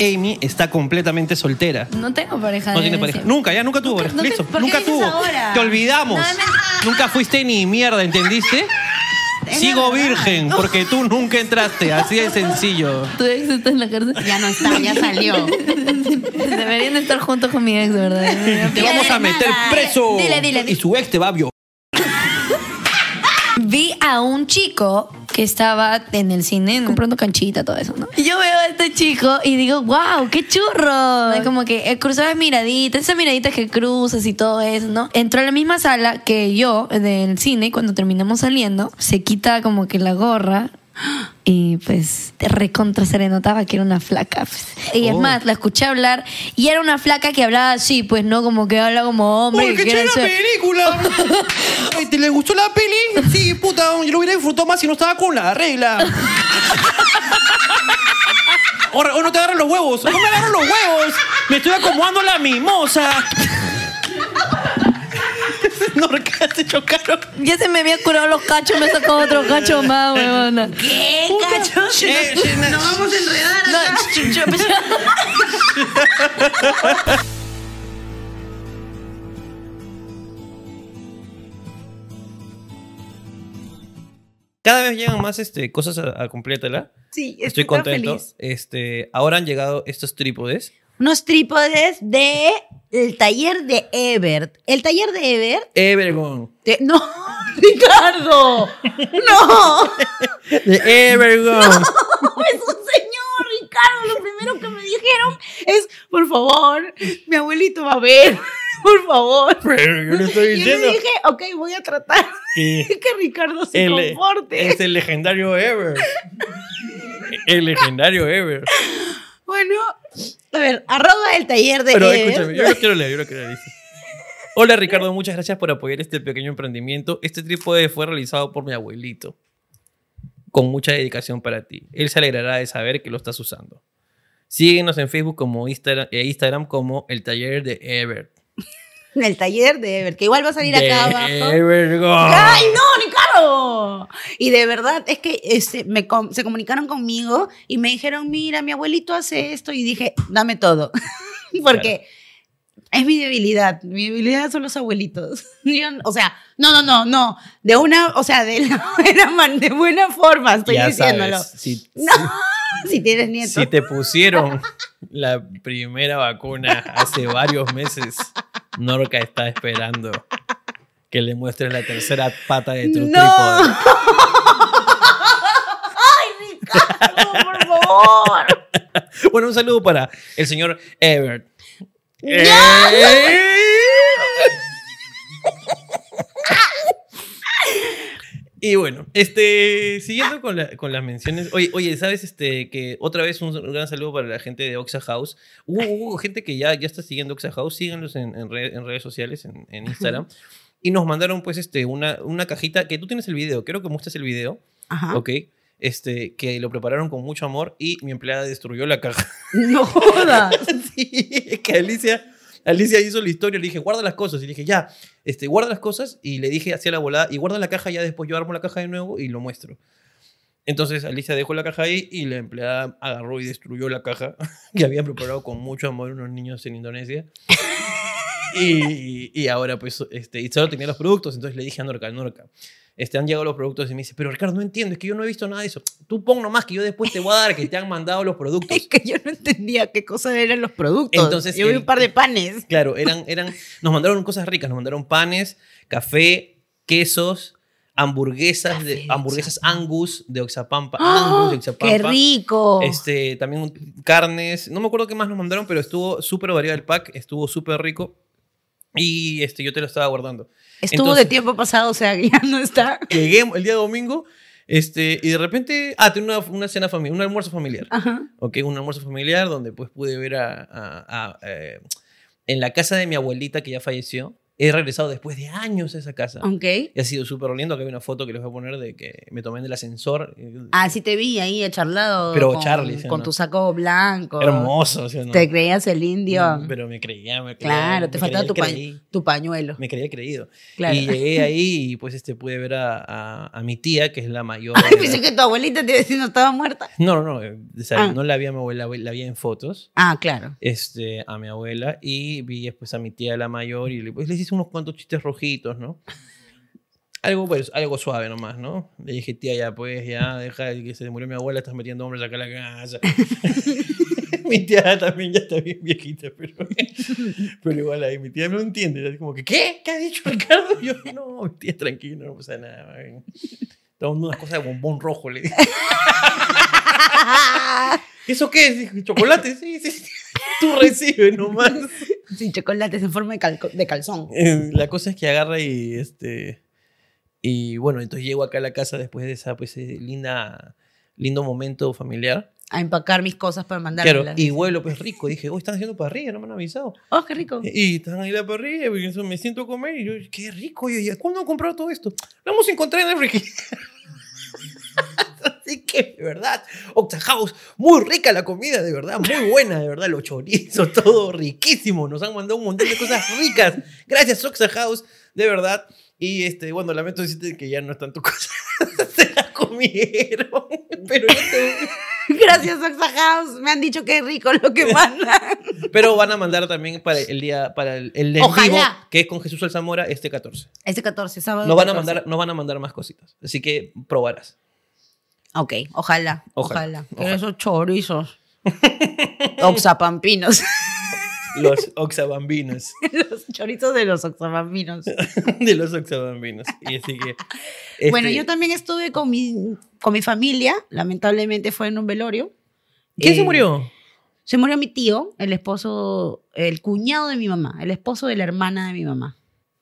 Amy está completamente soltera. No tengo pareja. No de- tiene de- pareja. Nunca, ya nunca tuvo Nunca- pareja. no te- Listo. ¿por qué nunca dices tuvo. ahora? Te olvidamos. No, me- Nunca fuiste ni mierda, ¿entendiste? Es la Sigo verdad. virgen, porque tú nunca entraste. Así de sencillo. Tu ex está en la cárcel. Ya no está, ya salió. Deberían de estar juntos con mi ex, de verdad. Te vamos a nada. meter preso. Dile, dile, dile. Y su ex te va a violar. Vi a un chico que estaba en el cine ¿no? comprando canchita, todo eso, ¿no? Y yo veo a este chico y digo, wow, qué churro. Es como que eh, cruzaba miraditas, esas miraditas que cruzas y todo eso, ¿no? Entró a la misma sala que yo eh, del cine y cuando terminamos saliendo, se quita como que la gorra. Y pues recontra se le notaba que era una flaca. pues. Y es Oh. más, la escuché hablar y era una flaca que hablaba así, pues no como que habla como hombre. que ¡Porque quiere che la ser- película! Ay, ¿Te le gustó la peli? Sí, puta, yo lo hubiera disfrutado más si no estaba con la regla. O, o no te agarran los huevos. ¡No me agarran los huevos! ¡Me estoy acomodando la mimosa! No, ¿qué se chocaron? Ya se me había curado los cachos, me sacó otro cacho más, huevona. ¿Qué, cacho? Eh, sí, Nos vamos a enredar acá. Cada vez llegan más este, cosas a, a Complétala. Sí, Estoy tan contento. feliz. Este, ahora han llegado estos trípodes. Unos trípodes de el taller de Ebert. El taller de Ebert. Evergon. te- No, Ricardo. No. De Evergon. Es un señor, Ricardo. Lo primero que me dijeron es, por favor, mi abuelito va a ver. Por favor. Pero yo le Yo estoy le diciendo dije, ok, voy a tratar que de que Ricardo se el- comporte. es el legendario Ever. El legendario Ever. Bueno, a ver, arroba el taller de eh, Pero Ebert. escúchame, yo lo quiero leer, yo lo quiero leer. dice. Hola Ricardo, muchas gracias por apoyar este pequeño emprendimiento. Este trípode fue realizado por mi abuelito. Con mucha dedicación para ti. Él se alegrará de saber que lo estás usando. Síguenos en Facebook como Instagram, e Instagram como el taller de Ever. En el taller de Ever, que igual va a salir De acá abajo. Evergon. ¡Ay, no, Ricardo! Y de verdad, es que este, me com- se comunicaron conmigo y me dijeron, mira, mi abuelito hace esto. Y dije, dame todo. Porque es mi debilidad. Mi debilidad son los abuelitos. Yo no- o sea, no, no, no, no. De una, o sea, de, la buena, man- de buena forma estoy Ya diciéndolo. sabes, si- No, si tienes nietos. Si te pusieron la primera vacuna hace varios meses, Norca está esperando que le muestres la tercera pata de tu ¡No! trípode. Ricardo, por favor. Bueno, un saludo para el señor Ebert. ¡Ya! Y bueno, este, siguiendo con, la- con las menciones, oye, oye, ¿sabes este, que otra vez un, un gran saludo para la gente de Oxa House? Hubo, hubo gente que ya, ya está siguiendo Oxa House, síganlos en, en red- en redes sociales, en, en Instagram. Y nos mandaron pues este, una, una cajita, que tú tienes el video, quiero que muestres el video, Ajá. ¿ok? Este, que lo prepararon con mucho amor y mi empleada destruyó la caja. No jodas. Sí, es que Alicia, Alicia hizo la historia, le dije, guarda las cosas. Y le dije, ya, este, guarda las cosas. Y le dije hacia la volada, y guarda la caja, ya después yo armo la caja de nuevo y lo muestro. Entonces Alicia dejó la caja ahí y la empleada agarró y destruyó la caja que habían preparado con mucho amor unos niños en Indonesia. Y, y ahora pues, este, y solo tenía los productos, entonces le dije a Norca, Norca, este, han llegado los productos y me dice, pero Ricardo, no entiendo, es que yo no he visto nada de eso. Tú pon nomás que yo después te voy a dar que te han mandado los productos. Es que yo no entendía qué cosa eran los productos. Entonces, yo vi el- un par de panes. Claro, eran, eran, nos mandaron cosas ricas, nos mandaron panes, café, quesos, hamburguesas, de, hamburguesas Angus de Oxapampa, Angus de Oxapampa. ¡Ah! ¡Qué rico! Este, también un- carnes, no me acuerdo qué más nos mandaron, pero estuvo súper variado el pack, estuvo súper rico y este, yo te lo estaba guardando. Estuvo entonces- de tiempo pasado, o sea, ya no está. Llegué el día domingo este, y de repente, ah, tenía una, una cena familiar, un almuerzo familiar. Ajá. ¿ok? Un almuerzo familiar donde pues pude ver a... a- a, eh, en la casa de mi abuelita que ya falleció, He regresado después de años a esa casa. Ok. Y ha sido súper lindo. Acá hay una foto que les voy a poner de que me tomé en el ascensor. eh, Ah, sí te vi ahí charlado Pero con, Charlie, ¿sí o con no? tu saco blanco. Hermoso. ¿sí o no? Ah, Te creías el indio. Mm, Pero me creía, me creía. claro, me te creía faltaba el tu, pa- creí. tu pañuelo. Me creía creído. Claro. Y eh, llegué ahí y pues este, pude ver a, a- a mi tía, que es la mayor. Ay, de pensé edad. que tu abuelita te iba a decir no estaba muerta. No, no, no. eh, o sea, Ah. no la vi a mi abuela, la vi en fotos. Ah, claro. Este, a mi abuela y vi después a mi tía la mayor y le- pues, les hice unos cuantos chistes rojitos, ¿no? Algo, pues, algo suave nomás, ¿no? Le dije, tía, ya pues, ya, deja de que se murió mi abuela, estás metiendo hombres acá a la casa. mi tía también ya está bien viejita, pero, pero igual ahí mi tía no entiende. Es como que, ¿qué? ¿Qué ha dicho Ricardo? Y yo, no, mi tía, tranquilo, no pasa nada. ven". Tomando unas cosas de bombón rojo, le dije. ¿Eso qué es? Dijo, ¿Chocolate? Sí, sí, sí. Tú recibes nomás. Sin chocolates en forma de, calco- de calzón. Eh, La cosa es que agarra y este. Y bueno, entonces llego acá a la casa después de esa pues eh, linda lindo momento familiar. A empacar mis cosas para mandármelas. Claro, y huelo pues rico. Dije, hoy están haciendo parrilla, no me han avisado. Oh, qué rico. Y están ahí la parrilla, porque eso me siento a comer. Y yo, qué rico. Y yo, ¿cuándo han comprado todo esto? Lo hemos encontrado en el refrigerador. Así que, de verdad, Octa House, muy rica la comida, de verdad, muy buena, de verdad, los chorizos, todo riquísimo. Nos han mandado un montón de cosas ricas. Gracias, Octa House, de verdad. Y este, bueno, lamento decirte que ya no están tus cosas. Se las comieron. Pero, yo te- Gracias, Oxa House. Me han dicho que es rico lo que mandan. pero van a mandar también para el día, para el, el en vivo, Ojalá. que es con Jesús Alzamora, este 14. Este 14, sábado. No van, a 14. mandar, no van a mandar más cositas. Así que probarás. Ok, ojalá. Ojalá, Ojalá. Pero ojalá. esos chorizos. Oxapampinos. Los oxabambinos. los chorizos de los oxapampinos. Este De los oxabambinos. Y así que. este, Bueno, yo también estuve con mi, con mi familia. Lamentablemente fue en un velorio. ¿Quién se Eh, murió? Se murió mi tío, el esposo, el cuñado de mi mamá, el esposo de la hermana de mi mamá.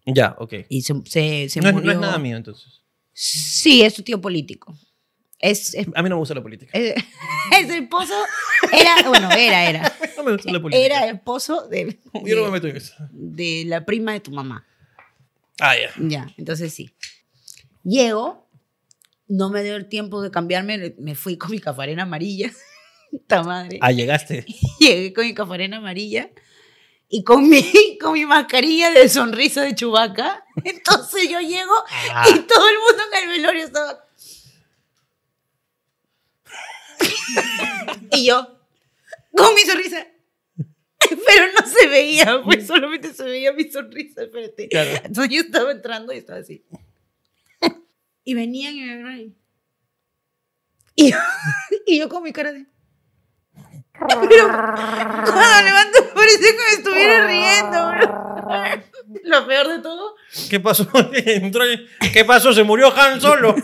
Ya, ok. Y se, se, se No es, no murió. es nada mío, entonces. Sí, es su tío político. Es, es, A mí no me gusta la política. es- es esposo. Era, bueno, era, era. No me gusta la política. Eh, Era esposo de, Yo no me de- meto en eso. de la prima de tu mamá. Ah, ya. Ya, entonces sí. Llego, no me dio el tiempo de cambiarme, me fui con mi cafarena amarilla. Puta madre. Ah, llegaste. Llegué con mi cafarena amarilla y con mi, con mi mascarilla de sonrisa de chubaca. Entonces yo llego Ah. y todo el mundo en el velorio estaba. y yo, con mi sonrisa. Pero no se veía, pues solamente se veía mi sonrisa. Espérate. Claro. Entonces yo estaba entrando y estaba así. Y venían y me venían ahí. Y yo, y yo con mi cara de. Pero cuando levanto parecía que me estuviera riendo, bro. Lo peor de todo. ¿Qué pasó? Entró el- ¿Qué pasó? ¿Se murió Han Solo?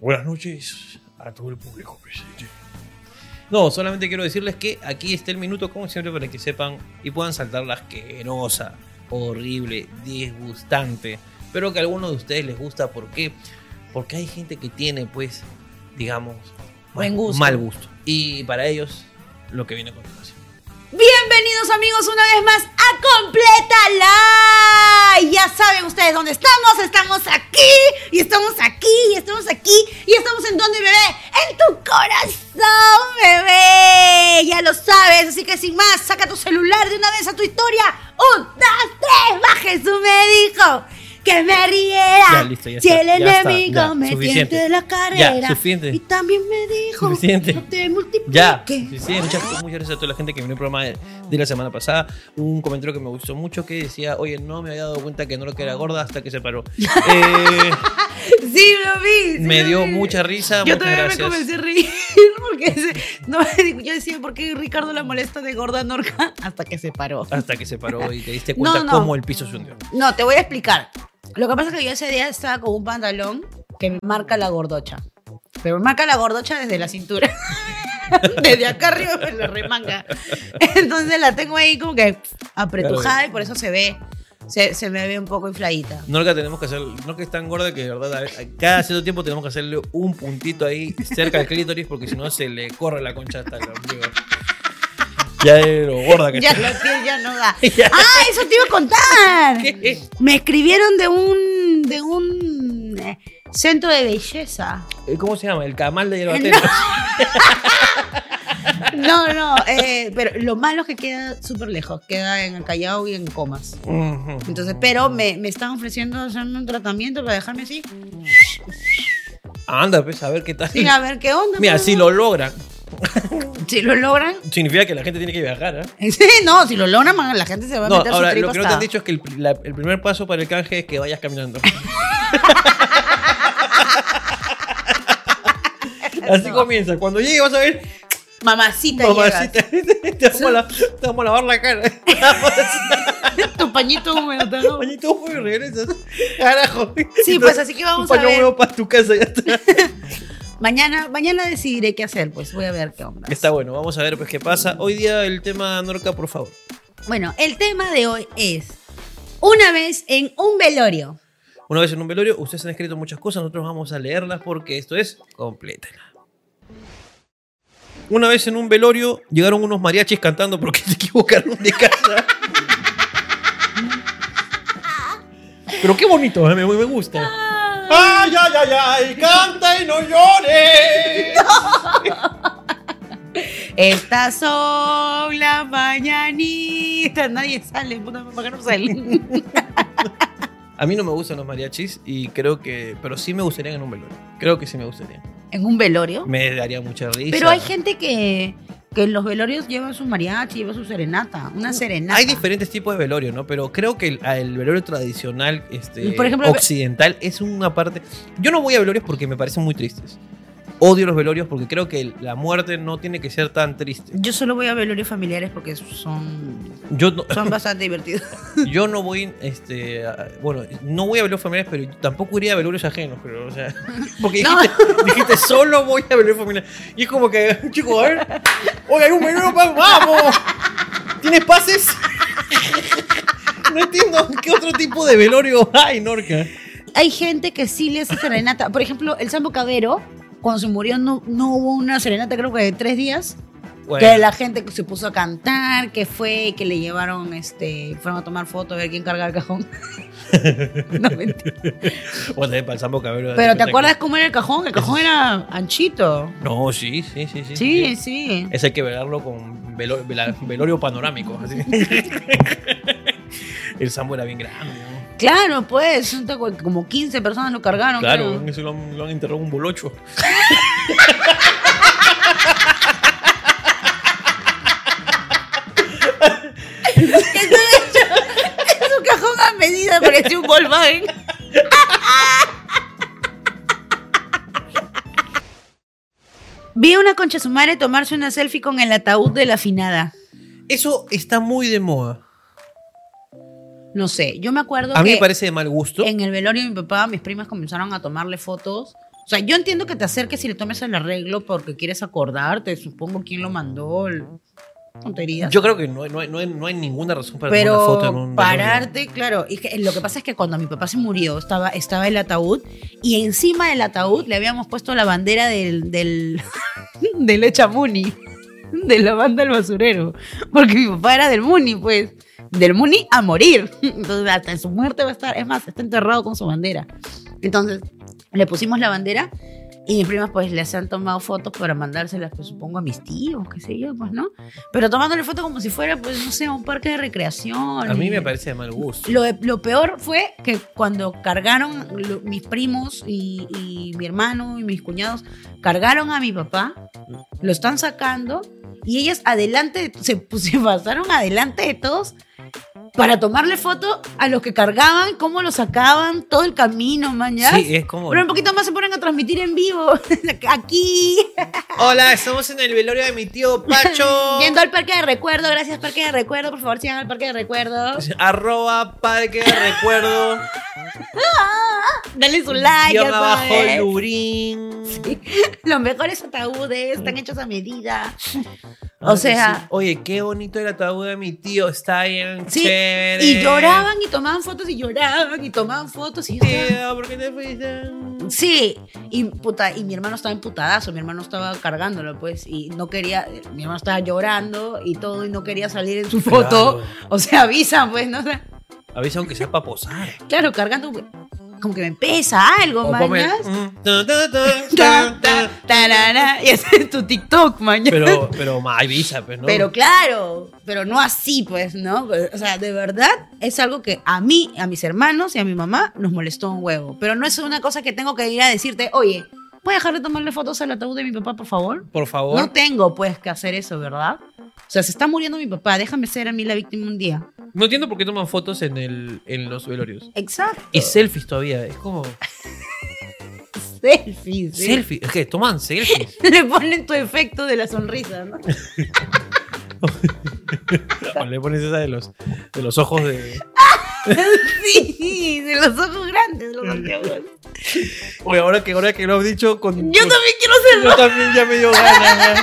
Buenas noches a todo el público presente. No, solamente quiero decirles que aquí está el minuto, como siempre, para que sepan y puedan saltar la asquerosa, horrible, disgustante, pero que a algunos de ustedes les gusta. ¿Por qué? Porque hay gente que tiene, pues, digamos, Buen gusto. mal gusto. Y para ellos, lo que viene a continuación. Bienvenidos amigos una vez más a Complétala. Ya saben ustedes dónde estamos. Estamos aquí y estamos aquí y estamos aquí y estamos en donde bebé. En tu corazón bebé. Ya lo sabes. Así que sin más, saca tu celular de una vez a tu historia. Un, dos, tres. Baja Jesús me dijo que me riera. Ya, listo, ya si está, el ya está, enemigo ya, me suficiente. tiente la carrera. suficiente. Y también me dijo Suficiente. no te multipliques. Ya, suficiente. Muchas, muchas gracias a toda la gente que vino al programa de, de la semana pasada. Un comentario que me gustó mucho que decía, oye, no me había dado cuenta que no lo que era gorda hasta que se paró. Eh, Sí, lo vi. sí me lo dio vi. mucha risa. Yo muchas también gracias. me comencé a reír porque ese- no, yo decía, ¿por qué Ricardo la molesta de gorda Norca? Hasta que se paró. Hasta que se paró y te diste cuenta No, no. cómo el piso se hundió. No, te voy a explicar. Lo que pasa es que yo ese día estaba con un pantalón que me marca la gordocha. Pero me marca la gordocha desde la cintura. Desde acá arriba me la remanga. Entonces la tengo ahí como que apretujada y por eso se ve. se, se me ve un poco infladita. Norca tenemos que hacer, Norca es tan gorda que de verdad a ver, a cada cierto tiempo tenemos que hacerle un puntito ahí cerca del clítoris porque si no se le corre la concha hasta el ombligo. Ya de lo gorda que Ya está. la piel ya no da. ¡Ah, eso te iba a contar! ¿Qué? Me escribieron de un, de un eh, centro de belleza. Eh, ¿Cómo se llama? El camal de Eh, hierbatero. No, no, eh, pero lo malo es que queda súper lejos, queda en el Callao y en Comas. Ujú. Entonces, pero me, me están ofreciendo hacer un tratamiento para dejarme así, Anda, pues, a ver qué tal. sin a ver qué onda. Mira, pues, si ¿no? lo logran, si lo logran. significa que la gente tiene que viajar, ¿ah? Sí, no, si lo logran, man, la gente se va a No, meter ahora, su tripa lo que no te han hasta- dicho es que el, la- el primer paso para el canje es que vayas caminando. Así comienza. Cuando llegue vas a ver, Mamacita, mamacita, te vamos, a la- te vamos a lavar la cara. llegas. tu pañito húmedo. te lo- Bañito huevo y regresas. Carajo. Sí, Entonces, pues, así que vamos tu paño a ver. huevo para tu casa ya está. Mañana, mañana decidiré qué hacer, pues voy a ver qué onda. Está bueno, vamos a ver pues qué pasa. Hoy día el tema Norca, por favor. Bueno, el tema de hoy es una vez en un velorio. Una vez en un velorio, ustedes han escrito muchas cosas, nosotros vamos a leerlas porque esto es complétela. Una vez en un velorio llegaron unos mariachis cantando porque se equivocaron de casa. Pero qué bonito, ¿eh? me, me gusta. Ay, ay, ay, ay, canta y no llores. Estas son las mañanitas. Nadie sale, puta, ¿por qué no sale? A mí no me gustan los mariachis y creo que, pero sí me gustarían en un velorio. Creo que sí me gustaría. ¿En un velorio? Me daría mucha risa. Pero hay gente que, que en los velorios lleva su mariachi, lleva su serenata, una serenata. Hay diferentes tipos de velorio, ¿no? Pero creo que el, el velorio tradicional, este, Por ejemplo, occidental, es una parte. Yo no voy a velorios porque me parecen muy tristes. Odio los velorios porque creo que la muerte no tiene que ser tan triste. Yo solo voy a velorios familiares porque son, Yo no, son bastante divertidos. yo no voy, este, a- bueno, no voy a velorios familiares, pero tampoco iría a velorios ajenos, pero, o sea, porque No. dijiste, dijiste, solo voy a velorios familiares. Y es como que, chico, a ver, hoy hay un velorio, pa- vamos. ¿Tienes pases? No entiendo qué otro tipo de velorio hay, Norca. Hay gente que sí le hace serenata. Por ejemplo, el Sambo Cabero, cuando se murió, no, no hubo una serenata, creo que de tres días. Que Bueno, la gente que se puso a cantar, que fue, que le llevaron, este, fueron a tomar fotos, a ver quién carga el cajón. No, mentira. o sea, para el Sambo Cabero. Pero ¿te acuerdas cómo era el cajón? El cajón era anchito. No, sí, sí, sí, sí. Sí, sí. Ese hay que velarlo con velo- vela- velorio panorámico. así. el Sambo era bien grande, ¿no? Claro, pues, un taco- como 15 personas lo cargaron. Claro, creo. eso lo han, lo han enterrado en un bolocho. Es un cajón a medida, parecía un Volkswagen. Vi a una concha su madre tomarse una selfie con el ataúd de la afinada. Eso está muy de moda. No sé, yo me acuerdo A mí que me parece de mal gusto. en el velorio de mi papá mis primas comenzaron a tomarle fotos. O sea, yo entiendo que te acerques y le tomes el arreglo porque quieres acordarte, supongo quién lo mandó, el- tonterías. Yo creo que no, hay- no hay- no hay, no hay ninguna razón para tomar pero una foto en un velorio. pararte, claro. Y que- lo que pasa es que cuando mi papá se murió, estaba, estaba el ataúd y encima del ataúd le habíamos puesto la bandera del, del, del Echamuni, de la banda del basurero. Porque mi papá era del Muni, pues. Del Muni a morir. Entonces, hasta en su muerte va a estar. Es más, está enterrado con su bandera. Entonces, le pusimos la bandera y mis primas, pues, les han tomado fotos para mandárselas, pues, supongo, a mis tíos, qué sé yo, pues, ¿no? Pero tomándole fotos como si fuera, pues, no sé, a un parque de recreación. A mí me parece de mal gusto. Lo, lo peor fue que cuando cargaron lo- mis primos y, y mi hermano y mis cuñados, cargaron a mi papá, lo están sacando y ellas adelante, se, pues, se pasaron adelante de todos para tomarle foto a los que cargaban, cómo lo sacaban, todo el camino, mañana. Sí, eh, es como. Pero un poquito más se ponen a transmitir en vivo. Aquí, Hola, estamos en el velorio de mi tío Pacho. yendo al parque de recuerdo. Gracias, parque de recuerdo. Por favor, sigan al parque de recuerdo. Arroba parque de recuerdo. Denle su like. ya Guión abajo saben. Lurín. Mm. Los mejores ataúdes están hechos a medida. Ah, O sea- sí. Oye, qué bonito el ataúd de mi tío. Está bien Sí, chévere. y lloraban y tomaban fotos y lloraban y tomaban fotos y yo estaba- Tío, ¿por qué te fuiste? Sí, y, puta, y mi hermano estaba emputadazo, mi hermano estaba cargándolo, pues, y no quería, mi hermano estaba llorando y todo, y no quería salir en su foto. Claro. O sea, avisa, pues, ¿no? O sea, Avisa aunque sea para posar. claro, cargando, como que me pesa algo, O ponme el- mañas. Mm, ta, ta, ta, Ta, ta, ta, ta. tarara, y ese es tu TikTok, mañana. Pero, pero, ma, avisa, pues, ¿no? Pero claro, pero no así, pues, ¿no? O sea, de verdad es algo que a mí, a mis hermanos y a mi mamá nos molestó un huevo. Pero no es una cosa que tengo que ir a decirte, oye, ¿puedes dejar de tomarle fotos al ataúd de mi papá, por favor? Por favor. No tengo, pues, que hacer eso, ¿verdad? O sea, se está muriendo mi papá, déjame ser a mí la víctima un día. No entiendo por qué toman fotos en, el, en los velorios. Exacto. Y selfies todavía, es como. selfies. ¿sí? Selfies. Es que toman selfies. Le ponen tu efecto de la sonrisa, ¿no? O le pones esa de los, de los ojos de. Sí, de los ojos grandes, los anteojos. Oye, ahora que, ahora que lo has dicho, con. Yo también quiero ser Yo también ya me dio ganas.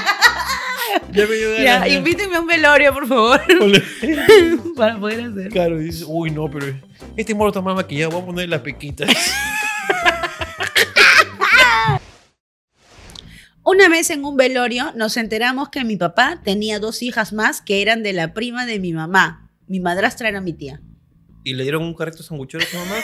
Ya, Ya me dio Ya, ganas. ya. invítenme a un velorio, por favor, para poder hacer. Claro, dices, uy, no, pero este moro está mal maquillado, voy a poner la pequita. Una vez en un velorio nos enteramos que mi papá tenía dos hijas más que eran de la prima de mi mamá. Mi madrastra era mi tía. ¿Y le dieron un carrito sanguchero a su mamá?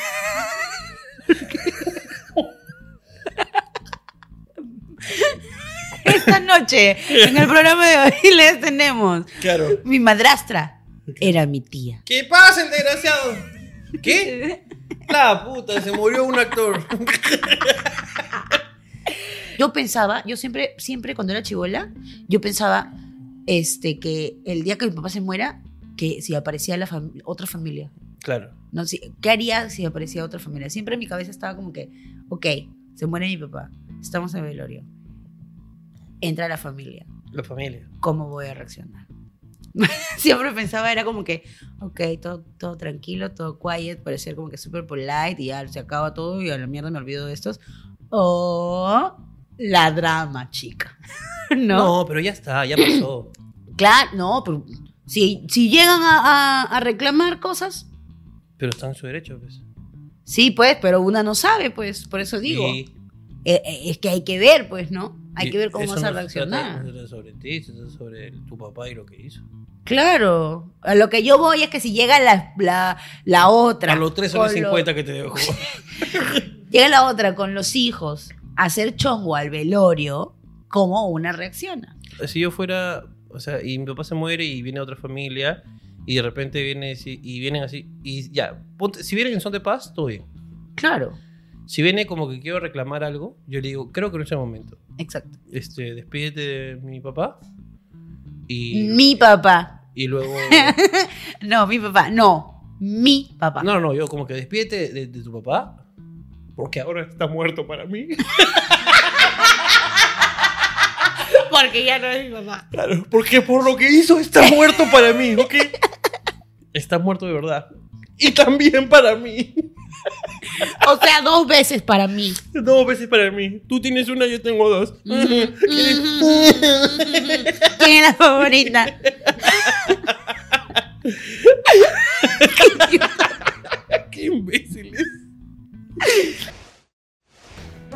Esta noche, en el programa de hoy, les tenemos. Claro. Mi madrastra era mi tía. ¿Qué pasa, el desgraciado? ¿Qué? La puta, se murió un actor. Yo pensaba, yo siempre, siempre cuando era chivola, yo pensaba este, que el día que mi papá se muera, que si aparecía la fam- otra familia. Claro. No, si- ¿Qué haría si aparecía otra familia? Siempre en mi cabeza estaba como que, ok, se muere mi papá, estamos en velorio, entra la familia, La familia. ¿cómo voy a reaccionar? Siempre pensaba, era como que, ok, todo, todo tranquilo, todo quiet, parecer como que súper polite y ya se acaba todo y a la mierda me olvido de estos. O la drama, chica. ¿No? pero ya está, ya pasó. Claro, no, pero si, si llegan a- a- a reclamar cosas, Pero está en su derecho, pues. Sí, pues, pero una no sabe, pues, por eso digo. Y- Eh, eh, es que hay que ver, pues, ¿no? Hay y que ver cómo eso vas no a se trata- reaccionar. no se trata sobre ti, se trata sobre tu papá y lo que hizo. Claro. A lo que yo voy es que si llega la, la, la otra. A los 3 con horas lo- 50 que te dejo. Llega la otra con los hijos a hacer chongo al velorio, ¿cómo una reacciona? si yo fuera, o sea, y mi papá se muere y viene otra familia y de repente viene así- y vienen así y ya, ponte- si vienen en son de paz, todo bien. Claro. Si viene como que quiero reclamar algo, yo le digo, creo que no es el momento. Exacto. Este, despídete de mi papá y, Mi papá. y luego... No, mi papá. No, mi papá. No, no, yo como que despídete de, de tu papá porque ahora está muerto para mí. Porque ya no es mi papá. Claro, porque por lo que hizo está muerto para mí, ¿ok? Está muerto de verdad. Y también para mí. O sea, dos veces para mí. Dos veces para mí. Tú tienes una, yo tengo dos. ¿Quién es la favorita? Qué imbéciles.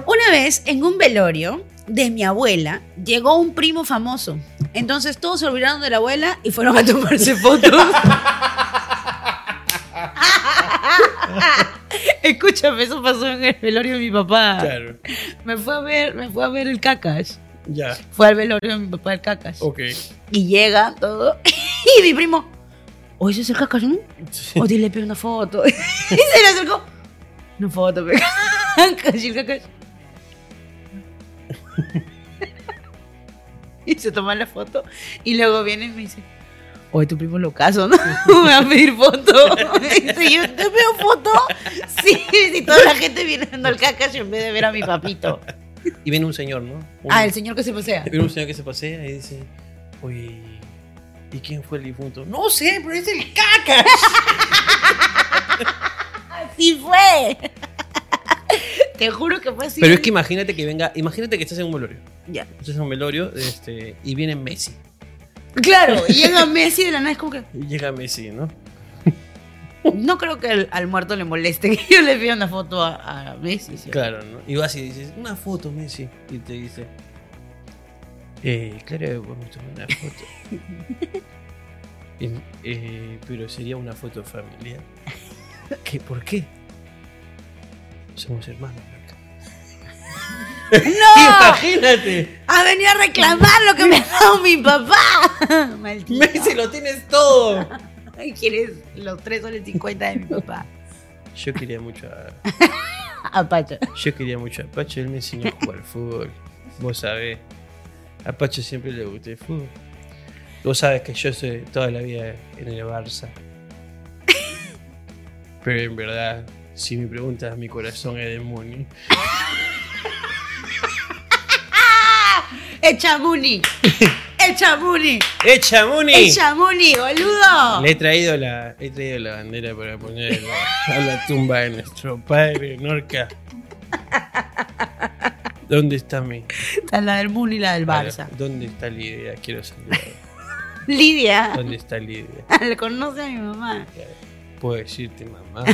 Una vez en un velorio de mi abuela llegó un primo famoso. Entonces todos se olvidaron de la abuela y fueron a tomarse fotos. Escúchame, eso pasó en el velorio de mi papá. Claro. Me fue a ver, me fue a ver el cacas. Ya. Fue al velorio de mi papá el cacas. Ok. Y llega todo y mi primo, "Oye, ese es el cacas, ¿no? O dile pe, una foto." y se le acercó. Una foto, pe. Cacas, y el cacas. y se toma la foto y luego viene y me dice, oye, tu primo lo caso, ¿no? Me va a pedir foto. Y dice, yo te veo foto. Sí, sí, toda la gente mirando al cacas en vez de ver a mi papito. Y viene un señor, ¿no? Un- Ah, el señor que se pasea. Viene un señor que se pasea y dice, oye, ¿y quién fue el difunto? No sé, pero es el caca. Sí fue. Te juro que fue así. Pero es que imagínate que venga, imagínate que estás en un velorio. Ya. Estás en un velorio este, y viene Messi. Claro, llega Messi de la nada, es como que. Y llega Messi, ¿no? No creo que al, al muerto le moleste que yo le pida una foto a, a Messi. ¿sí? Claro, ¿no? Y vas y dices, una foto, Messi. Y te dice, eh, claro, que podemos tomar una foto. Em, eh, pero sería una foto familiar. ¿Qué? ¿Por qué? Somos hermanos, Blanca. ¡No! Imagínate. ¡Ha venido a reclamar lo que me ha dado mi papá! Maldito. Messi, lo tienes todo. Ay, ¿Quieres los 3 soles 50 de mi papá? Yo quería mucho a, A Pacho. yo quería mucho a Apache, él me enseñó a jugar al fútbol. Vos sabés. A Apache siempre le gustó el fútbol. Vos sabés que yo soy toda la vida en el Barça. Pero en verdad, si me preguntas, mi corazón es de Muni. ¡Echa Muni! ¡Echa Muni! ¡Echa Muni! ¡Echa Muni, boludo! Le he traído la, he traído la bandera para poner a la tumba de nuestro padre, Norca. ¿Dónde está mi? Está la del Muni y la del Barça. ¿Dónde está Lidia? Quiero saludar. Lidia, ¿Dónde está Lidia? le conoce a mi mamá. Puedo decirte mamá.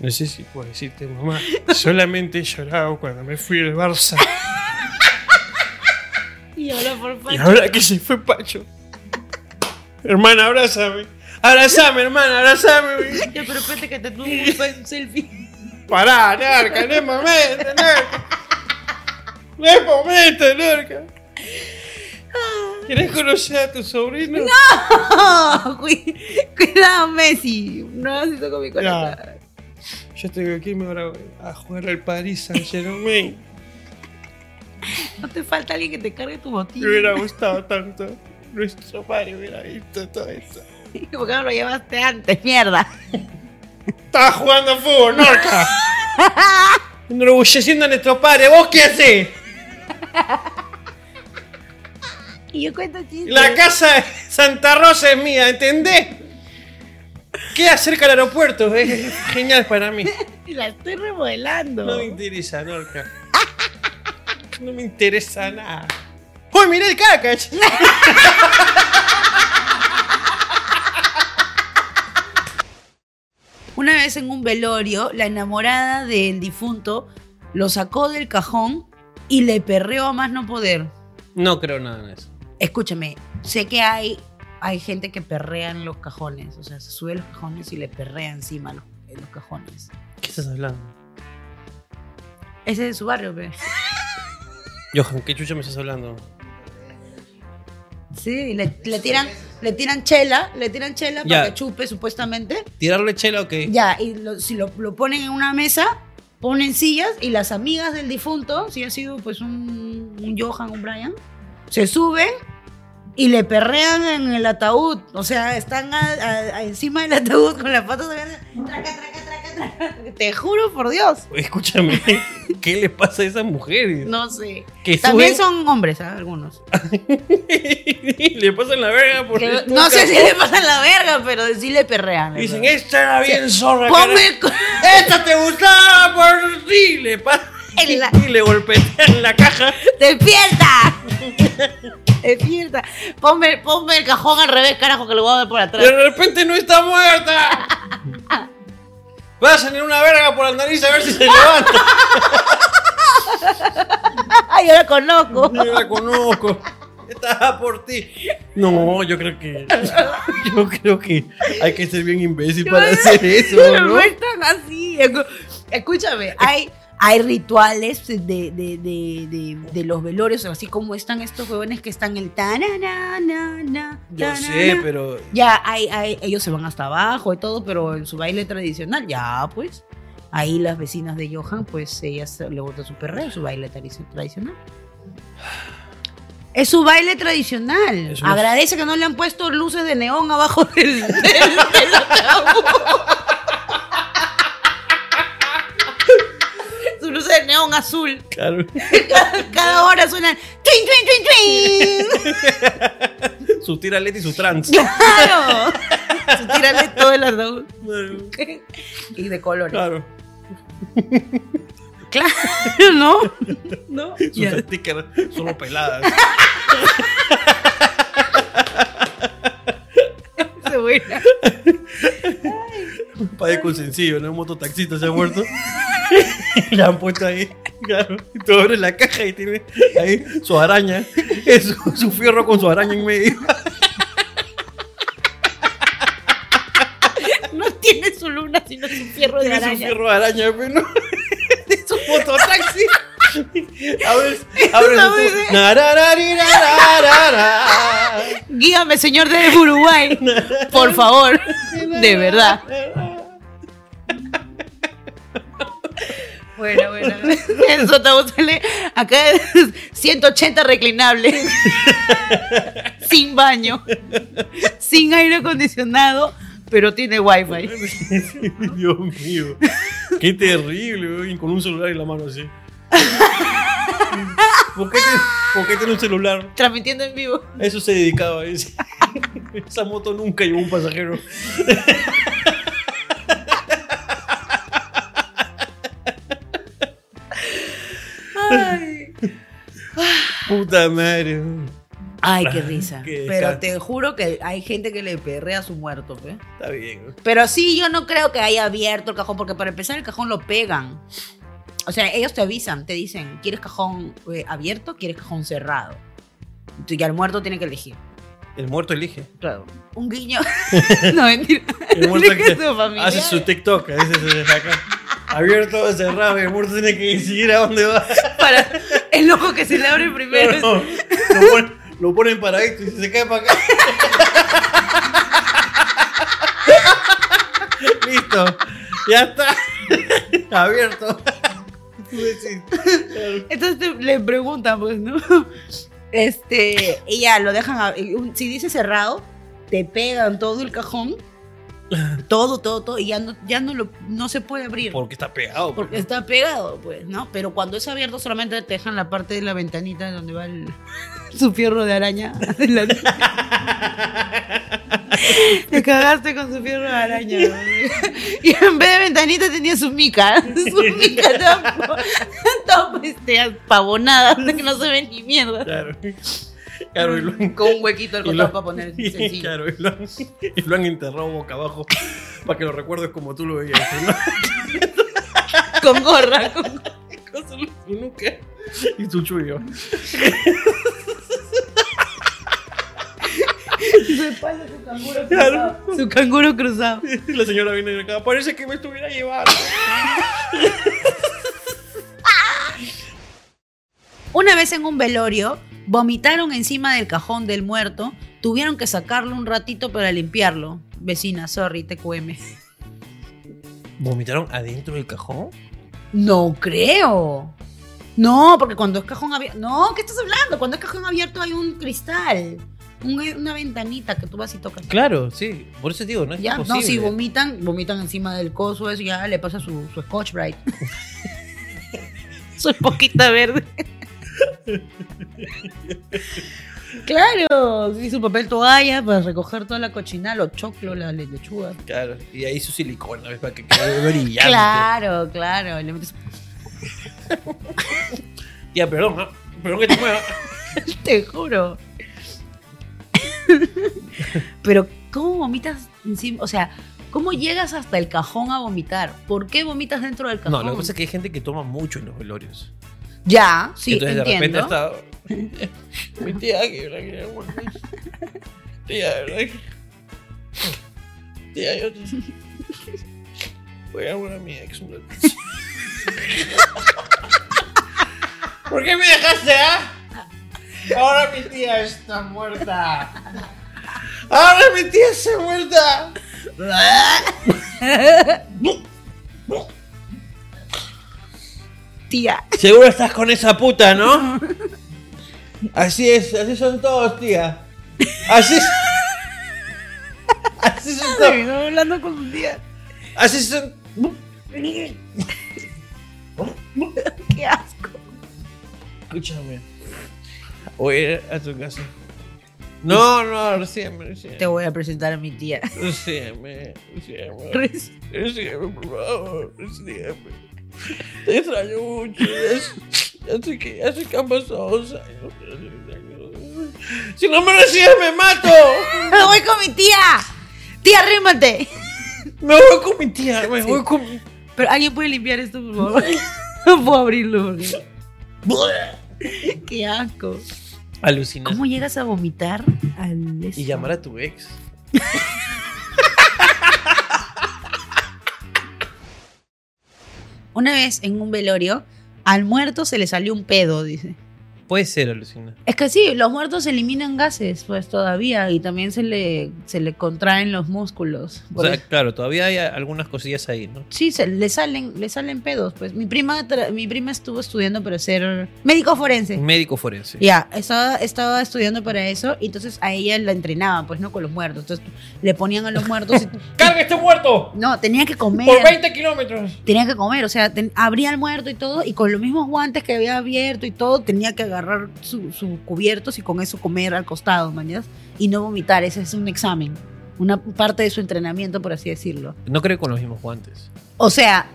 No sé si puedo decirte mamá. Solamente he llorado cuando me fui del Barça. Y ahora por favor. Y ahora que se fue Pacho. Hermana, abrázame. Abrázame, hermana, abrázame. Ya, pero espérate que te tuvo un selfie. Pará, Narca, no es momento, Narca. No es momento, Narca. ¿Querés conocer a tu sobrino? No. Oh, cu- cuidado, Messi. No hagas eso con mi corazón. Yo tengo que irme ahora a jugar al Paris Saint Germain. No te falta alguien que te cargue tu botín. Me hubiera gustado tanto. Nuestro padre hubiera visto todo esto. ¿Por qué no lo llevaste antes, mierda? Estaba jugando fútbol, Narca. Enorgulleciendo a nuestro padre. ¿Vos qué haces? Y yo cuento chistes. La casa de Santa Rosa es mía, ¿entendés? Queda cerca del aeropuerto, es genial para mí. La estoy remodelando. No me interesa, Norca. No me interesa nada. ¡Uy, mirá el cacach! Una vez en un velorio, la enamorada del difunto lo sacó del cajón y le perreó a más no poder. No creo nada en eso. Escúchame, sé que hay, hay gente que perrea en los cajones. O sea, se sube a los cajones y le perrea encima a los, en los cajones. ¿Qué estás hablando? Ese es de su barrio, pe. Johan, ¿qué chucha me estás hablando? Sí, le, le tiran, le tiran chela, le tiran chela Ya. para que chupe, supuestamente. ¿Tirarle chela o qué? Ya, y lo- si lo, lo ponen en una mesa, ponen sillas y las amigas del difunto, si ha sido pues un, un Johan, un Brian, se suben y le perrean en el ataúd. O sea, están a- a- a encima del ataúd con las patas abiertas. Traca, traca, traca, traca. Te juro por Dios. Escúchame, ¿qué le pasa a esas mujeres? No sé. Que También suben son hombres, ¿ah? algunos. y le pasan la verga por Que- el no tuca. sé si le pasan la verga, pero sí le perrean. la Dicen, verdad. esta era bien zorra. Ponme cara. el ¡Eh, cu- ¡Esta te gustaba por ti! Le pa- En la- Y le golpean la caja. ¡Despierta! ¡Despierta! Ponme, ponme el cajón al revés, carajo, que lo voy a ver por atrás. De repente no está muerta. Pasen en una verga por la nariz a ver si se levanta. ¡Ay, yo la conozco! Yo la conozco. Estaba por ti. No, yo creo que. Yo creo que hay que ser bien imbécil para hacer eso, Pero ¿no? no es tan así. Escu- Escúchame, hay, hay rituales de, de, de, de, de los velorios, así como están estos jóvenes que están el tananana. Yo tanana. sé, pero. Ya, hay, hay, ellos se van hasta abajo y todo, pero en su baile tradicional, ya, pues. Ahí las vecinas de Johan, pues ellas le gusta su perreo, su baile tradici- tradicional. Es su baile tradicional. Eso es. Agradece que no le han puesto luces de neón abajo del. del- del ataúd. Su luces de neón azul. Claro, Cada, cada hora suenan. ¡Twin, twin, twin, twin! su tiralete y su trans. ¡Claro! Tú tírale todo el ataúd. Y de colores. Claro. Claro, ¿no? ¿No? Sus Ya. stickers solo peladas. Se buena. Padre con sencillo, ¿no? Un mototaxista se ha muerto. Y la han puesto ahí, claro. Y tú abres la caja y tiene ahí su araña. Es su, su fierro con su araña en medio. No tiene su luna, sino su fierro de Tiene su araña. fierro de araña, pues, ¿no? Es su mototaxi. Abres, Eso abres dice. tu... Narararirararara. Guíame, señor de Uruguay. Por favor. De verdad. Bueno, bueno. En Sotavos sale acá es 180 reclinables. Sin baño. Sin aire acondicionado. Pero tiene wifi. Dios mío. Qué terrible, güey, con un celular en la mano así. ¿Por qué, te- por qué tiene un celular? Transmitiendo en vivo. A eso se dedicaba. dice. Esa moto nunca llevó un pasajero. Ay, Puta madre. qué risa. Qué Pero descanso. te juro que hay gente que le perrea a su muerto, ¿ve? Está bien. güey. Pero sí, yo no creo que haya abierto el cajón, porque para empezar el cajón lo pegan. O sea, ellos te avisan, te dicen, ¿quieres cajón eh, abierto? ¿Quieres cajón cerrado? Tú- Y al muerto tiene que elegir. El muerto elige. Claro. Un guiño. no, mentira. El muerto Elige que su familia. hace su TikTok. A veces se deja acá. Abierto o cerrado. El muerto tiene que decidir a dónde va. Para el ojo que se le abre primero. No, no. Lo, ponen, lo ponen para esto y si se cae para acá. Listo. Ya está. Abierto. Tú decís. Entonces te- le preguntan, pues, ¿no? Este, y ya lo dejan. a- y un- si dice cerrado, te pegan todo el cajón. Todo, todo, todo. Y ya no, ya no, lo, no se puede abrir. Porque está pegado. Porque está pegado, pues, ¿no? Pero cuando es abierto solamente te dejan la parte de la ventanita donde va el- su fierro de araña. adelante. Te cagaste con su fierro de araña. ¿no? Y en vez de ventanita tenía su mica. Su mica tampoco. Todo este, pavonada, que no se ve ni mierda. Claro. Claro, y lo, Con un huequito al y costado lo- para poner sencillo. claro, y lo, y lo han enterrado boca abajo para que lo recuerdes como tú lo veías. ¿no? Con gorra, con gorra. Con su- su nuca y su chullo. Claro. Su canguro cruzado. La señora viene acá. Parece que me estuviera llevando. Una vez en un velorio, vomitaron encima del cajón del muerto, tuvieron que sacarlo un ratito para limpiarlo. Vecina, sorry, te cueme. ¿Vomitaron adentro del cajón? No creo. No, porque cuando es cajón abierto... No, ¿qué estás hablando? Cuando es cajón abierto hay un cristal, un- una ventanita que tú vas y tocas. Claro, sí. Por eso digo, no es Ya, no, imposible. si vomitan, vomitan encima del coso, eso ya le pasa su, su scotch bright. su poquita verde. claro, y su papel toalla para recoger toda la cochina, los choclos, la le- lechuga. Claro, y ahí su silicona, ¿ves? Para que quede brillante. Claro, claro. Le metes, Ya, perdón, ¿ah? perdón que te mueva. te juro. Pero, ¿cómo vomitas encima? O sea, ¿cómo llegas hasta el cajón a vomitar? ¿Por qué vomitas dentro del cajón? No, lo que pasa es que hay gente que toma mucho en los velorios. Ya, sí, Entonces entiendo. de repente está. Mi tía, que verdad que era buena. Tía, de verdad que- Tía, yo. Voy a hablar a mi ex un ratito. ¿Por qué me dejaste, ah? Ahora mi tía está muerta. Ahora mi tía está muerta. Tía. Seguro estás con esa puta, ¿no? Así es, así son todos, tía. Así es- Así son todos. Terminó hablando con su tía. Así son. Qué asco. Escúchame. Voy a ir a tu casa. No, no, recién, recién. Te voy a presentar a mi tía. Recién, recién. Res- Recién, por favor, recién. Te extraño mucho. Así que, así que han pasado dos años. Si no me recibes, me mato. Me voy con mi tía. Tía, arrímate. Me voy con mi tía. Me voy con mi. Pero alguien puede limpiar esto, por favor. No puedo abrirlo. porque- Qué asco. Alucinas. ¿Cómo llegas a vomitar al Y llamar a tu ex. Una vez en un velorio, al muerto se le salió un pedo, dice. Puede ser, alucina. Es que sí, los muertos eliminan gases, pues todavía, y también se le, se le contraen los músculos. O Por sea, eso- claro, todavía hay algunas cosillas ahí, ¿no? Sí, se- le, salen, le salen pedos. Pues mi prima, tra- mi prima estuvo estudiando para ser médico forense. Un médico forense. Ya, estaba, estaba estudiando para eso y entonces a ella la entrenaban, pues no con los muertos. Entonces le ponían a los muertos. y- ¡Carga este muerto! no, tenía que comer. ¡Por 20 kilómetros! Tenía que comer, o sea, ten- abría el muerto y todo, y con los mismos guantes que había abierto y todo, tenía que agarrar sus cubiertos y con eso comer al costado, mañana. Y no vomitar, ese es un examen, una parte de su entrenamiento, por así decirlo. No creo que con los mismos guantes. O sea,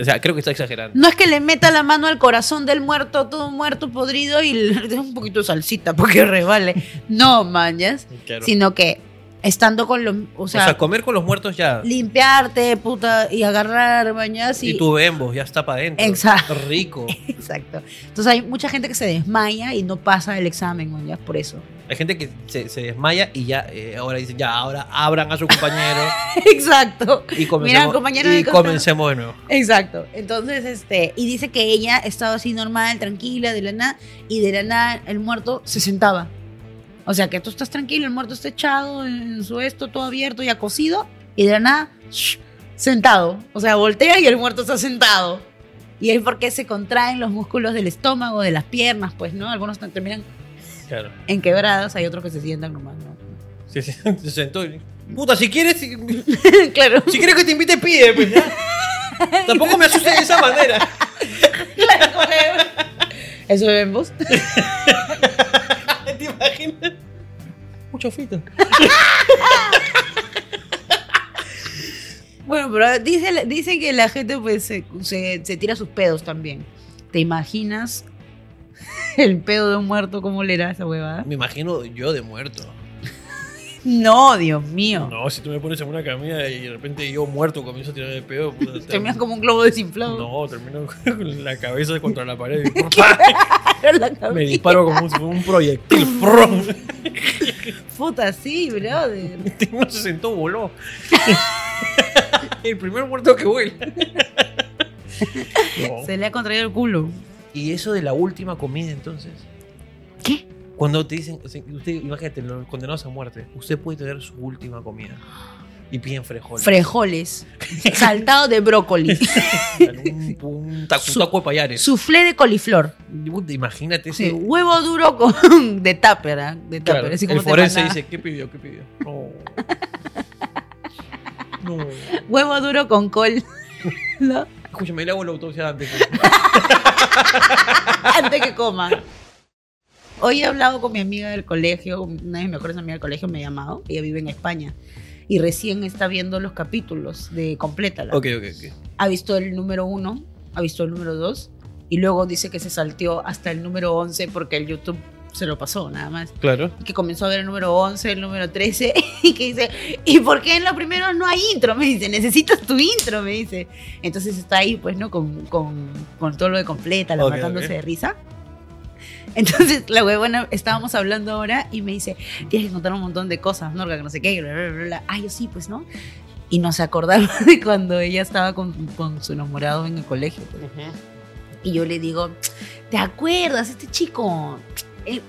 O sea, creo que está exagerando. No es que le meta la mano al corazón del muerto, todo muerto, podrido, y le dé un poquito de salsita porque resbale. No, mañas. Claro. Sino que estando con los. O o, sea, sea, comer con los muertos ya. limpiarte, puta, y agarrar, mañas. Y, Y tu bembos ya está para adentro. Exacto. Rico. Exacto. Entonces hay mucha gente que se desmaya y no pasa el examen, mañas, por eso. Hay gente que se, se desmaya y ya eh, ahora dice, ya, ahora abran a su compañero Exacto. y comencemos, compañero y de costado. comencemos de nuevo. Exacto. Entonces, este. Y dice que ella estaba así normal, tranquila, de la nada, y de la nada el muerto se sentaba. O sea, que tú estás tranquilo, el muerto está echado en su esto, todo abierto y acocido, y de la nada, shh, sentado. O sea, voltea y el muerto está sentado. Y es porque se contraen los músculos del estómago, de las piernas, pues, ¿no? Algunos tan- terminan Claro. en quebradas, hay otros que se sientan nomás, ¿no? Se, se- se sentó y- Puta, si quieres, si, si claro. quieres que te invite, pide. Pues, ya. Tampoco me asustes de esa manera. Eso vemos. ¿Te imaginas? Mucho fito. Bueno, pero dice, dicen que la gente pues se, se- se tira sus pedos también. ¿Te imaginas el pedo de un muerto? ¿Cómo le era esa huevada? Me imagino yo de muerto. No, Dios mío. No, si tú me pones en una camilla y de repente yo muerto comienzo a tirar el pedo. puta, te- Terminas como un globo desinflado. No, termino con la cabeza contra la pared. y La cabeza. me disparo como un, un proyectil. ¡Prum! Puta, sí, brother. Uno se sentó, voló. el primer muerto que vuela. No. Se le ha contraído el culo. Y eso de la última comida, entonces. ¿Qué? Cuando te dicen, o sea, usted, imagínate, los condenados a muerte, usted puede tener su última comida. Y piden frijoles. Frejoles. Saltado de brócoli. un, un taco, un taco de payares. Suflé de coliflor. Imagínate ese. Sí, huevo duro con, de tupper, ¿ah? De tupper. Claro, así como el te forense mandaba. dice, ¿qué pidió? ¿Qué pidió? No. no. Huevo duro con col. ¿No? Escúchame, le hago la autopsia antes. antes que coma. Hoy he hablado con mi amiga del colegio, una de mis mejores amigas del colegio me ha llamado, ella vive en España y recién está viendo los capítulos de Complétala. ok, ok, ok. Ha visto el número uno, ha visto el número dos y luego dice que se salteó hasta el número 11 porque el YouTube se lo pasó nada más. Claro. Que comenzó a ver el número 11, el número 13 y que dice, ¿y por qué en los primeros no hay intro? Me dice, necesitas tu intro, me dice. Entonces está ahí, pues, ¿no? Con, con, con todo lo de completa, la Ok, matándose ok. de risa. Entonces, la huevona, estábamos hablando ahora y me dice, tienes que contar un montón de cosas, Norga, que no sé qué, y bla, bla, bla, bla. Ah, yo sí, pues, ¿no? Y no se acordaba de cuando ella estaba con, con su enamorado en el colegio. pues. Y yo le digo, ¿te acuerdas? Este chico, el-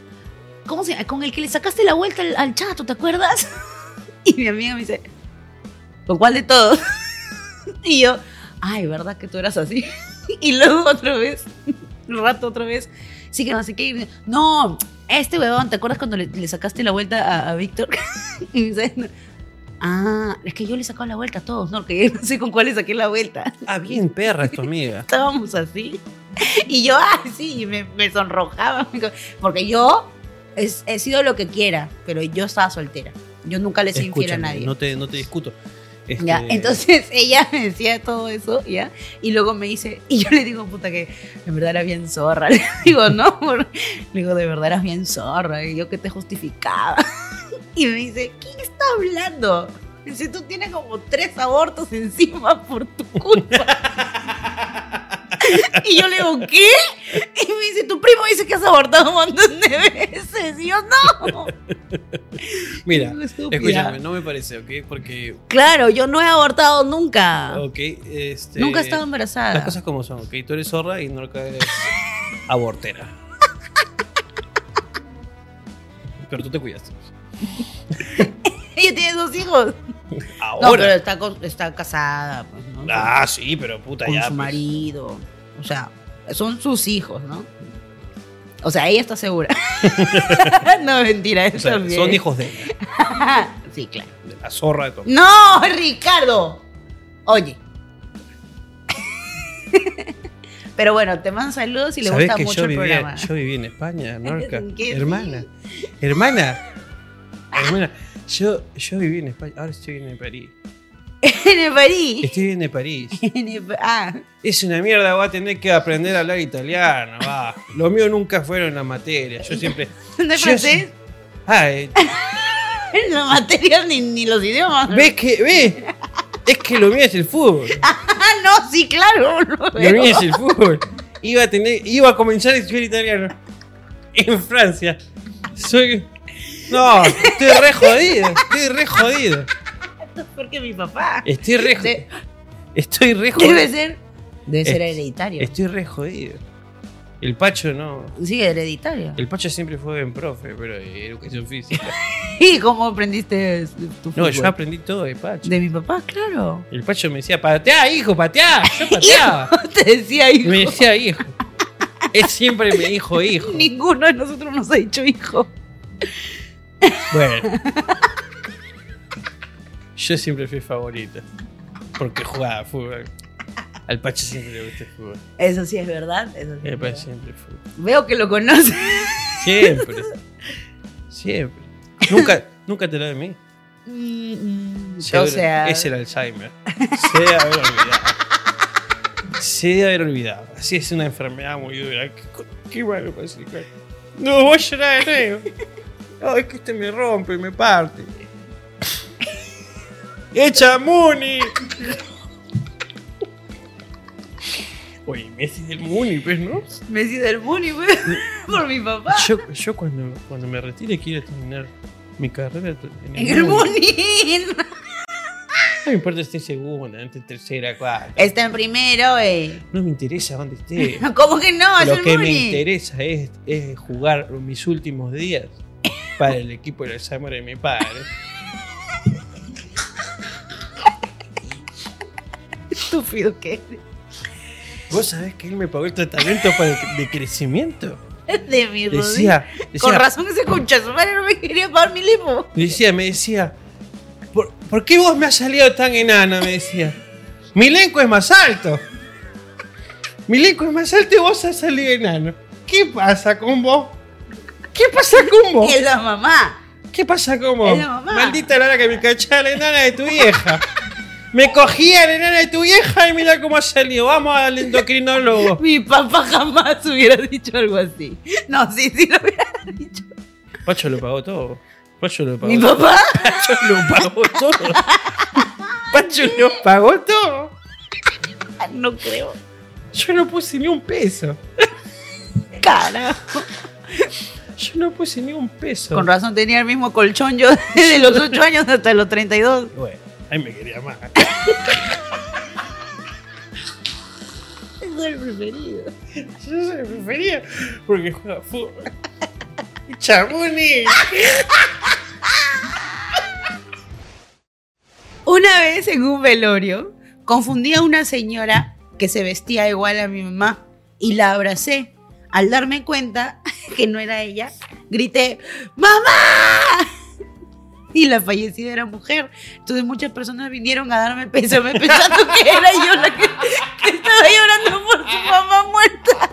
¿cómo se llama? Con el que le sacaste la vuelta al, al chato, ¿te acuerdas? Y mi amiga me dice, ¿con cuál de todos? Y yo, ay, ¿verdad que tú eras así? Y luego otra vez, un rato otra vez, sí que no sé qué. y me dice, no, este huevón, ¿te acuerdas cuando le, le sacaste la vuelta a, a Víctor? Y me dice, ah, es que yo le sacaba la vuelta a todos, ¿no? Que yo no sé con cuál le saqué la vuelta Ah, bien perra tu amiga. estábamos así. Y yo, ah, sí, y me, me sonrojaba. Porque yo es- he sido lo que quiera, pero yo estaba soltera. Yo nunca le soy infiel a Escúchame, nadie. No te, no te discuto. Este, Ya, entonces ella me decía todo eso, ¿ya? Y luego me dice, y yo le digo, puta, que en verdad eras bien zorra. Le digo, no, por- le digo, de verdad eras bien zorra. Y yo que te justificaba. Y me dice, ¿quién está hablando? Dice, tú tienes como tres abortos encima por tu culpa. Y yo le digo, ¿qué? Y me dice, tu primo dice que has abortado un montón de veces. Y yo, no. Mira, Estúpida. escúchame, no me parece, ¿ok? Porque, Claro, yo no he abortado nunca. ok, este... Ah. Nunca he estado embarazada. Las cosas como son, ¿ok? Tú eres zorra y no eres abortera. Pero tú te cuidaste. Ella tiene dos hijos. No, pero Ahora. está, con- está casada, pues, ¿no? Con- ah, sí, pero puta con ya. su pues. marido. O sea, son sus hijos, ¿no? O sea, ella está segura. no, mentira, O eso sea, también. son hijos de ella, sí, claro. de la zorra de tu ¡No, Ricardo! Oye. pero bueno, te mando saludos y le ¿Sabes gusta que mucho yo el vivía, programa. yo viví en España, Norca? ¿Qué Hermana. Hermana. Hermana. Yo, yo viví en España. Ahora estoy viviendo en París. en el París. Estoy viviendo en París. En el- ah, Es una mierda, voy a tener que aprender a hablar italiano, va. Lo mío nunca fueron las materias. Yo siempre. ¿No es Yo francés? Ah, eh, En la materia ni, ni los idiomas. ¿Ves que.? ¿Ves? Es que lo mío es el fútbol. Ah, no, sí, claro. lo Lo veo. mío es el fútbol. Iba a, tener, iba a comenzar a estudiar italiano. En Francia. Soy. No, estoy re jodido. Estoy re jodido. Porque mi papá. Estoy re jodido. De- Estoy re debe jodido. ser. Debe ser Es- hereditario. Estoy re jodido. El Pacho no. sí, hereditario. El Pacho siempre fue buen profe, pero de educación física. ¿Y cómo aprendiste tu No, fútbol? yo aprendí todo de Pacho. De mi papá, claro. El Pacho me decía, pateá, hijo, pateá. Yo pateaba. Te decía hijo. Me decía hijo. Él siempre me dijo hijo. Ninguno de nosotros nos ha dicho hijo. Bueno. Yo siempre fui favorito. Porque jugaba fútbol. Al Pacho siempre le gustó el fútbol. Eso sí es verdad. Eso sí es Al Pacho verdad. siempre fútbol. Veo que lo conoces. Siempre. Siempre. Nunca, nunca te lo de mí. Mm, mm, o Seguro- sea, Es el Alzheimer. Se debe haber olvidado. Se debe haber olvidado. Así es una enfermedad muy dura. Qué, co- qué malo pasó. No, voy a llorar de nuevo. Ay, que usted me rompe, me parte. ¡Echa Muni! Oye, Messi es del Muni, pues, ¿no? Messi del Muni, güey, por mi papá. Yo, yo cuando, cuando me retire quiero terminar mi carrera en el, En el Muni. Muni. No me importa si esté en segunda, antes tercera, cuarta. Está en primero, güey. No me interesa dónde esté. ¿Cómo que no? Es Lo el que me Muni. interesa es, es jugar mis últimos días para el equipo del Alzheimer de mi padre. Estúpido que eres. ¿Vos sabés que él me pagó el tratamiento para el cre- de crecimiento? de mi rodilla. Decía, Con decía, razón ese concha su madre no me quería pagar mi limo. decía me decía, ¿por, por qué vos me has salido tan enana? Me decía, mi elenco es más alto. Mi elenco es más alto y vos has salido enano. ¿Qué pasa con vos? ¿Qué pasa con vos? Es la mamá. ¿Qué pasa como? Es la mamá. Maldita la hora que me cachaba la enana de tu vieja. Me cogía la enana de tu vieja y mira cómo ha salido. Vamos al endocrinólogo. Mi papá jamás hubiera dicho algo así. No, sí, sí lo hubiera dicho. Pacho lo pagó todo. Pacho lo pagó ¿Mi todo. papá? Pacho lo pagó todo. Pacho lo pagó todo. No creo. Yo no puse ni un peso. Carajo. Yo no puse ni un peso. Con razón tenía el mismo colchón yo desde los 8 años hasta los 32. Bueno, ahí me quería más. Es el preferido. Yo se prefería porque juega fútbol. Chamuni. Una vez en un velorio, confundí a una señora que se vestía igual a mi mamá y la abracé. Al darme cuenta que no era ella, grité, ¡Mamá! Y la fallecida era mujer. Entonces muchas personas vinieron a darme pésame pensando que era yo la que, que estaba llorando por su mamá muerta.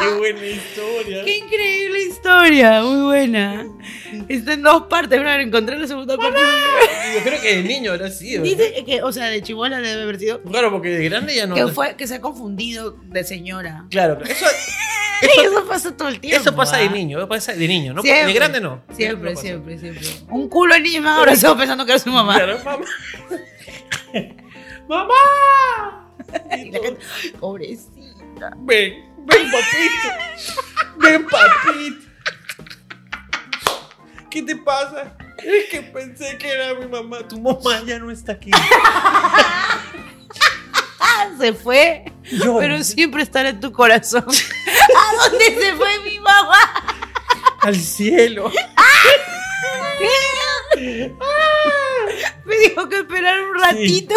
Qué buena historia. ¡Qué increíble historia! Muy buena. Está en dos partes, pero encontré la segunda parte. Yo creo que de niño era así. ¿verdad? Dice que, o sea, de chivola debe haber sido. Claro, porque de grande ya no. Que, fue, que se ha confundido de señora. Claro, eso, Eso, pasa todo el tiempo. eso pasa de ah. niño, eso pasa de niño, ¿no? Siempre. De grande no. De grande Siempre, no pasa. siempre, siempre. Un culo de niño me ha abrazado pensando que era su mamá. Claro, mamá. mamá. Y la gente, Pobrecita. Ven, ven, papito. Ven, papito. ¿Qué te pasa? Es que pensé que era mi mamá. Tu mamá ya no está aquí. Ah, se fue. Llora. Pero siempre estará en tu corazón. ¿A dónde se fue mi mamá? Al cielo. Ah. Me dijo que esperar un ratito.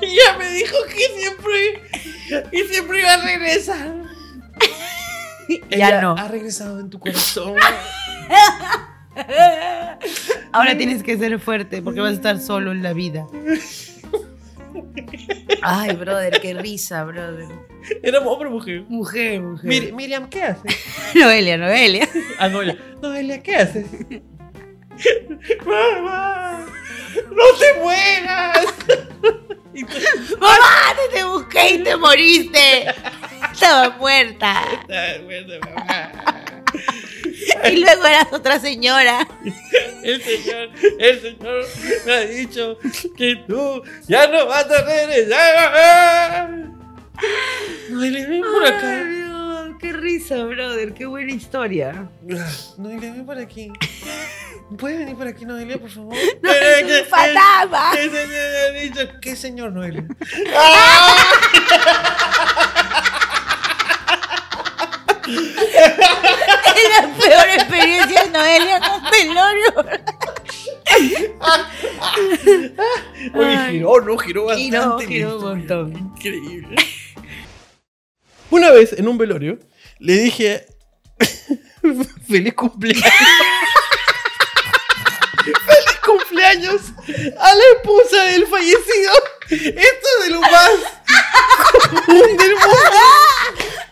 Ella me dijo que siempre, que siempre iba a regresar. Ya no. Ha regresado en tu corazón. Ahora tienes que ser fuerte porque vas a estar solo en la vida. Ay, brother, qué risa, brother. Éramos hombre o mujer. Mujer, mujer. Mir- Miriam, ¿qué haces? Noelia, Noelia. Ah, Noelia. Noelia, ¿qué haces? Mamá, no te mueras. Y tú, ¡Mamá! Te, te busqué y te moriste. Estaba muerta. "Ay, bueno, mamá". Y luego eras otra señora. El señor, el señor me ha dicho que tú ya no vas a regresar. Noelia, ven por acá. Ay, Dios, qué risa, brother. Qué buena historia. Noelia, ven por aquí. ¿Puedes venir por aquí, Noelia, por favor? No, es un fantasma. ¿Qué señor me ha dicho? ¿Qué señor, Noelia? Es la peor experiencia de Noelia con Pelorio. Oye, Ay. giró, ¿no? Giró bastante. la Giró, giró un historia. montón. Increíble. Una vez, en un velorio, le dije... ¡Feliz cumpleaños! ¡Feliz cumpleaños a la esposa del fallecido! ¡Esto es de lo más común del mundo!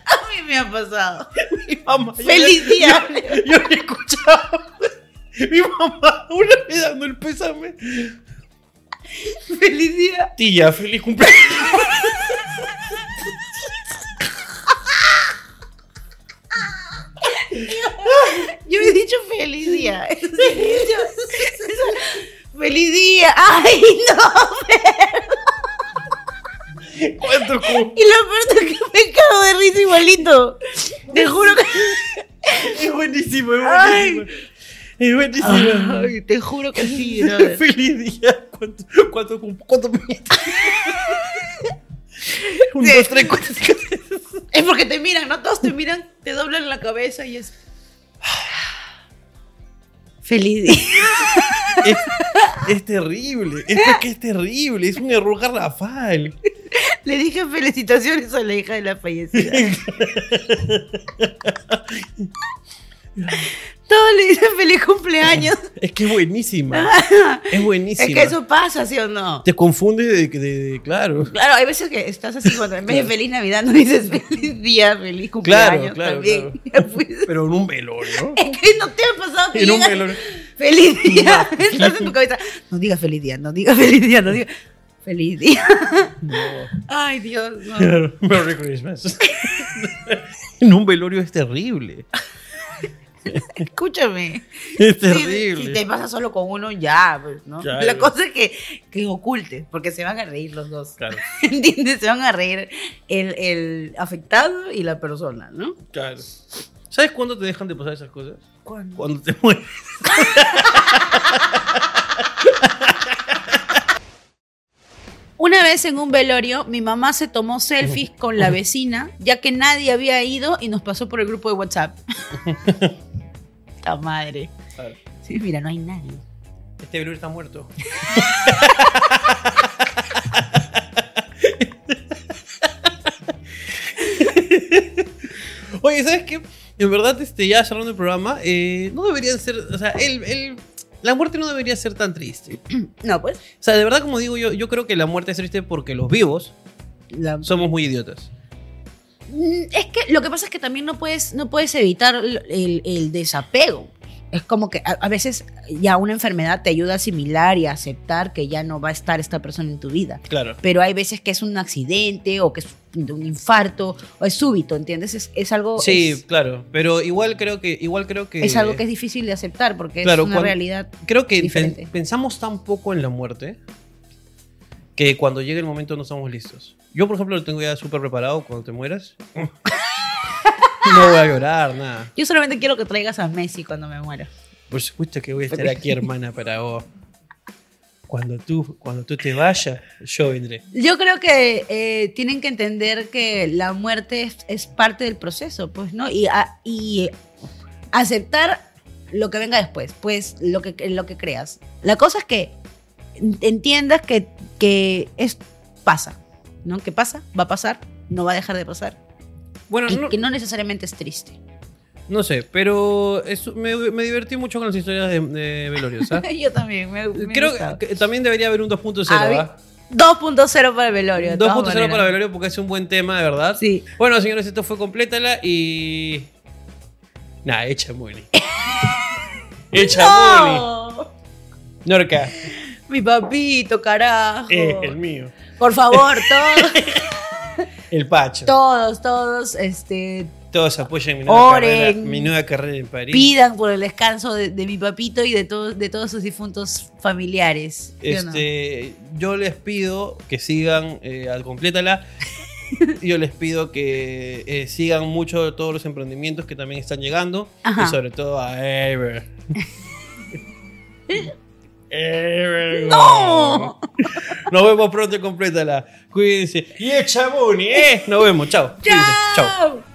A mí me ha pasado. Mi mamá. yo ¡Feliz le- día! Yo, yo le escuchaba. Mi mamá, una vez dando el pésame. ¡Feliz día! Tía, feliz cumpleaños. Yo he dicho feliz día. Eso sí he dicho. Eso- ¡Feliz día! ¡Ay, no! ¿Cuánto cu- Y lo peor es que me cago de risa igualito. Te juro que. Es buenísimo, es Ay. buenísimo. Es buenísimo. Ay, te juro que sí, brother. Feliz día. ¿Cuánto, cuánto, cum- cuánto, Un, Sí. dos, tres, cuatro, cinco, seis. Es porque te miran, ¿no? Todos te miran, te doblan la cabeza y es. Feliz día. Es, es terrible. Esto es que es terrible. Es un error garrafal. Le dije felicitaciones a la hija de la fallecida. Todos le dicen feliz cumpleaños. Es que es buenísima. Es buenísima. es que eso pasa, ¿sí o no? Te confunde de, de- de- claro. Claro, hay veces que estás así cuando en vez de feliz Navidad no dices feliz día, feliz cumpleaños. claro, también. Pues, Pero en un velorio. Es que no te ha pasado que En un digas velorio. feliz día. Estás en tu cabeza. No digas feliz día, no digas feliz día, no digas feliz día. No. Ay, Dios. no. Claro. Merry Christmas. en un velorio es terrible. Escúchame. Es Si, terrible. si te pasa solo con uno, ya, pues, ¿no? Claro. La cosa es que, que ocultes, porque se van a reír los dos. Claro, ¿Entiendes? Se van a reír el, el afectado y la persona, ¿no? claro. ¿Sabes cuándo te dejan de pasar esas cosas? ¿Cuándo? Cuando te mueres. Una vez en un velorio, mi mamá se tomó selfies con la vecina, ya que nadie había ido y nos pasó por el grupo de WhatsApp. La madre. Claro. Sí, mira, no hay nadie. Este velorio está muerto. Oye, ¿sabes qué? En verdad, este, ya cerrando el programa, eh, no deberían ser. O sea, el, el- la muerte no debería ser tan triste. No, pues. O sea, de verdad, como digo yo, yo creo que la muerte es triste porque los vivos la- somos muy idiotas. Mm, Es que lo que pasa es que también no puedes, no puedes evitar el, el- el desapego. Es como que a, a veces ya una enfermedad te ayuda a asimilar y a aceptar que ya no va a estar esta persona en tu vida. Claro. Pero hay veces que es un accidente o que es un infarto o es súbito, ¿entiendes? Es, es algo... Sí, es- claro. Pero igual creo que. Igual creo que es algo que es difícil de aceptar porque Claro, es una cuando- realidad. Creo que pen- diferente. pensamos tan poco en la muerte que cuando llega el momento no estamos listos. Yo, por ejemplo, lo tengo ya súper preparado cuando te mueras. no voy a llorar, nada. Yo solamente quiero que traigas a Messi cuando me muera. Por supuesto que voy a estar aquí, hermana, para vos. Cuando tú, cuando tú te vayas, yo vendré. Yo creo que eh, tienen que entender que la muerte es, es parte del proceso, pues, ¿no? Y, a- y aceptar lo que venga después, pues, lo que, lo que creas. La cosa es que entiendas que, que es, pasa, ¿no? Que pasa, va a pasar, no va a dejar de pasar. Bueno, Y no, que no necesariamente es triste. no sé, pero es- me, me divertí mucho con las historias de, de velorios, ¿ah? Yo también, me, me Creo gustaba. que, que también debería haber un 2.0, Ah, vi- ¿ah? 2.0 para el velorio. de todas 2.0 para maneras. Velorio porque es un buen tema, de verdad. Sí. Bueno, señores, esto fue Complétala y. Nah, echa Muli. echa Muli. ¡No! Norca, Mi papito, carajo. es Eh, el mío. Por favor, todos, El Pacho. todos, todos, este, Todos apoyen mi nueva, Oren. carrera, mi nueva carrera en París. pidan por el descanso de, de mi papito y de, todos de todos sus difuntos familiares. ¿sí o no? Este, yo les pido que sigan eh, al Complétala. Yo les pido que eh, sigan mucho todos los emprendimientos que también están llegando. Ajá. Y sobre todo a Ever. Ever. ¡No! Nos vemos pronto, en complétala. Cuídense. Y es Chabuni, ¿eh? Nos vemos. Chao. Cuídense. Chao. ¡Chao!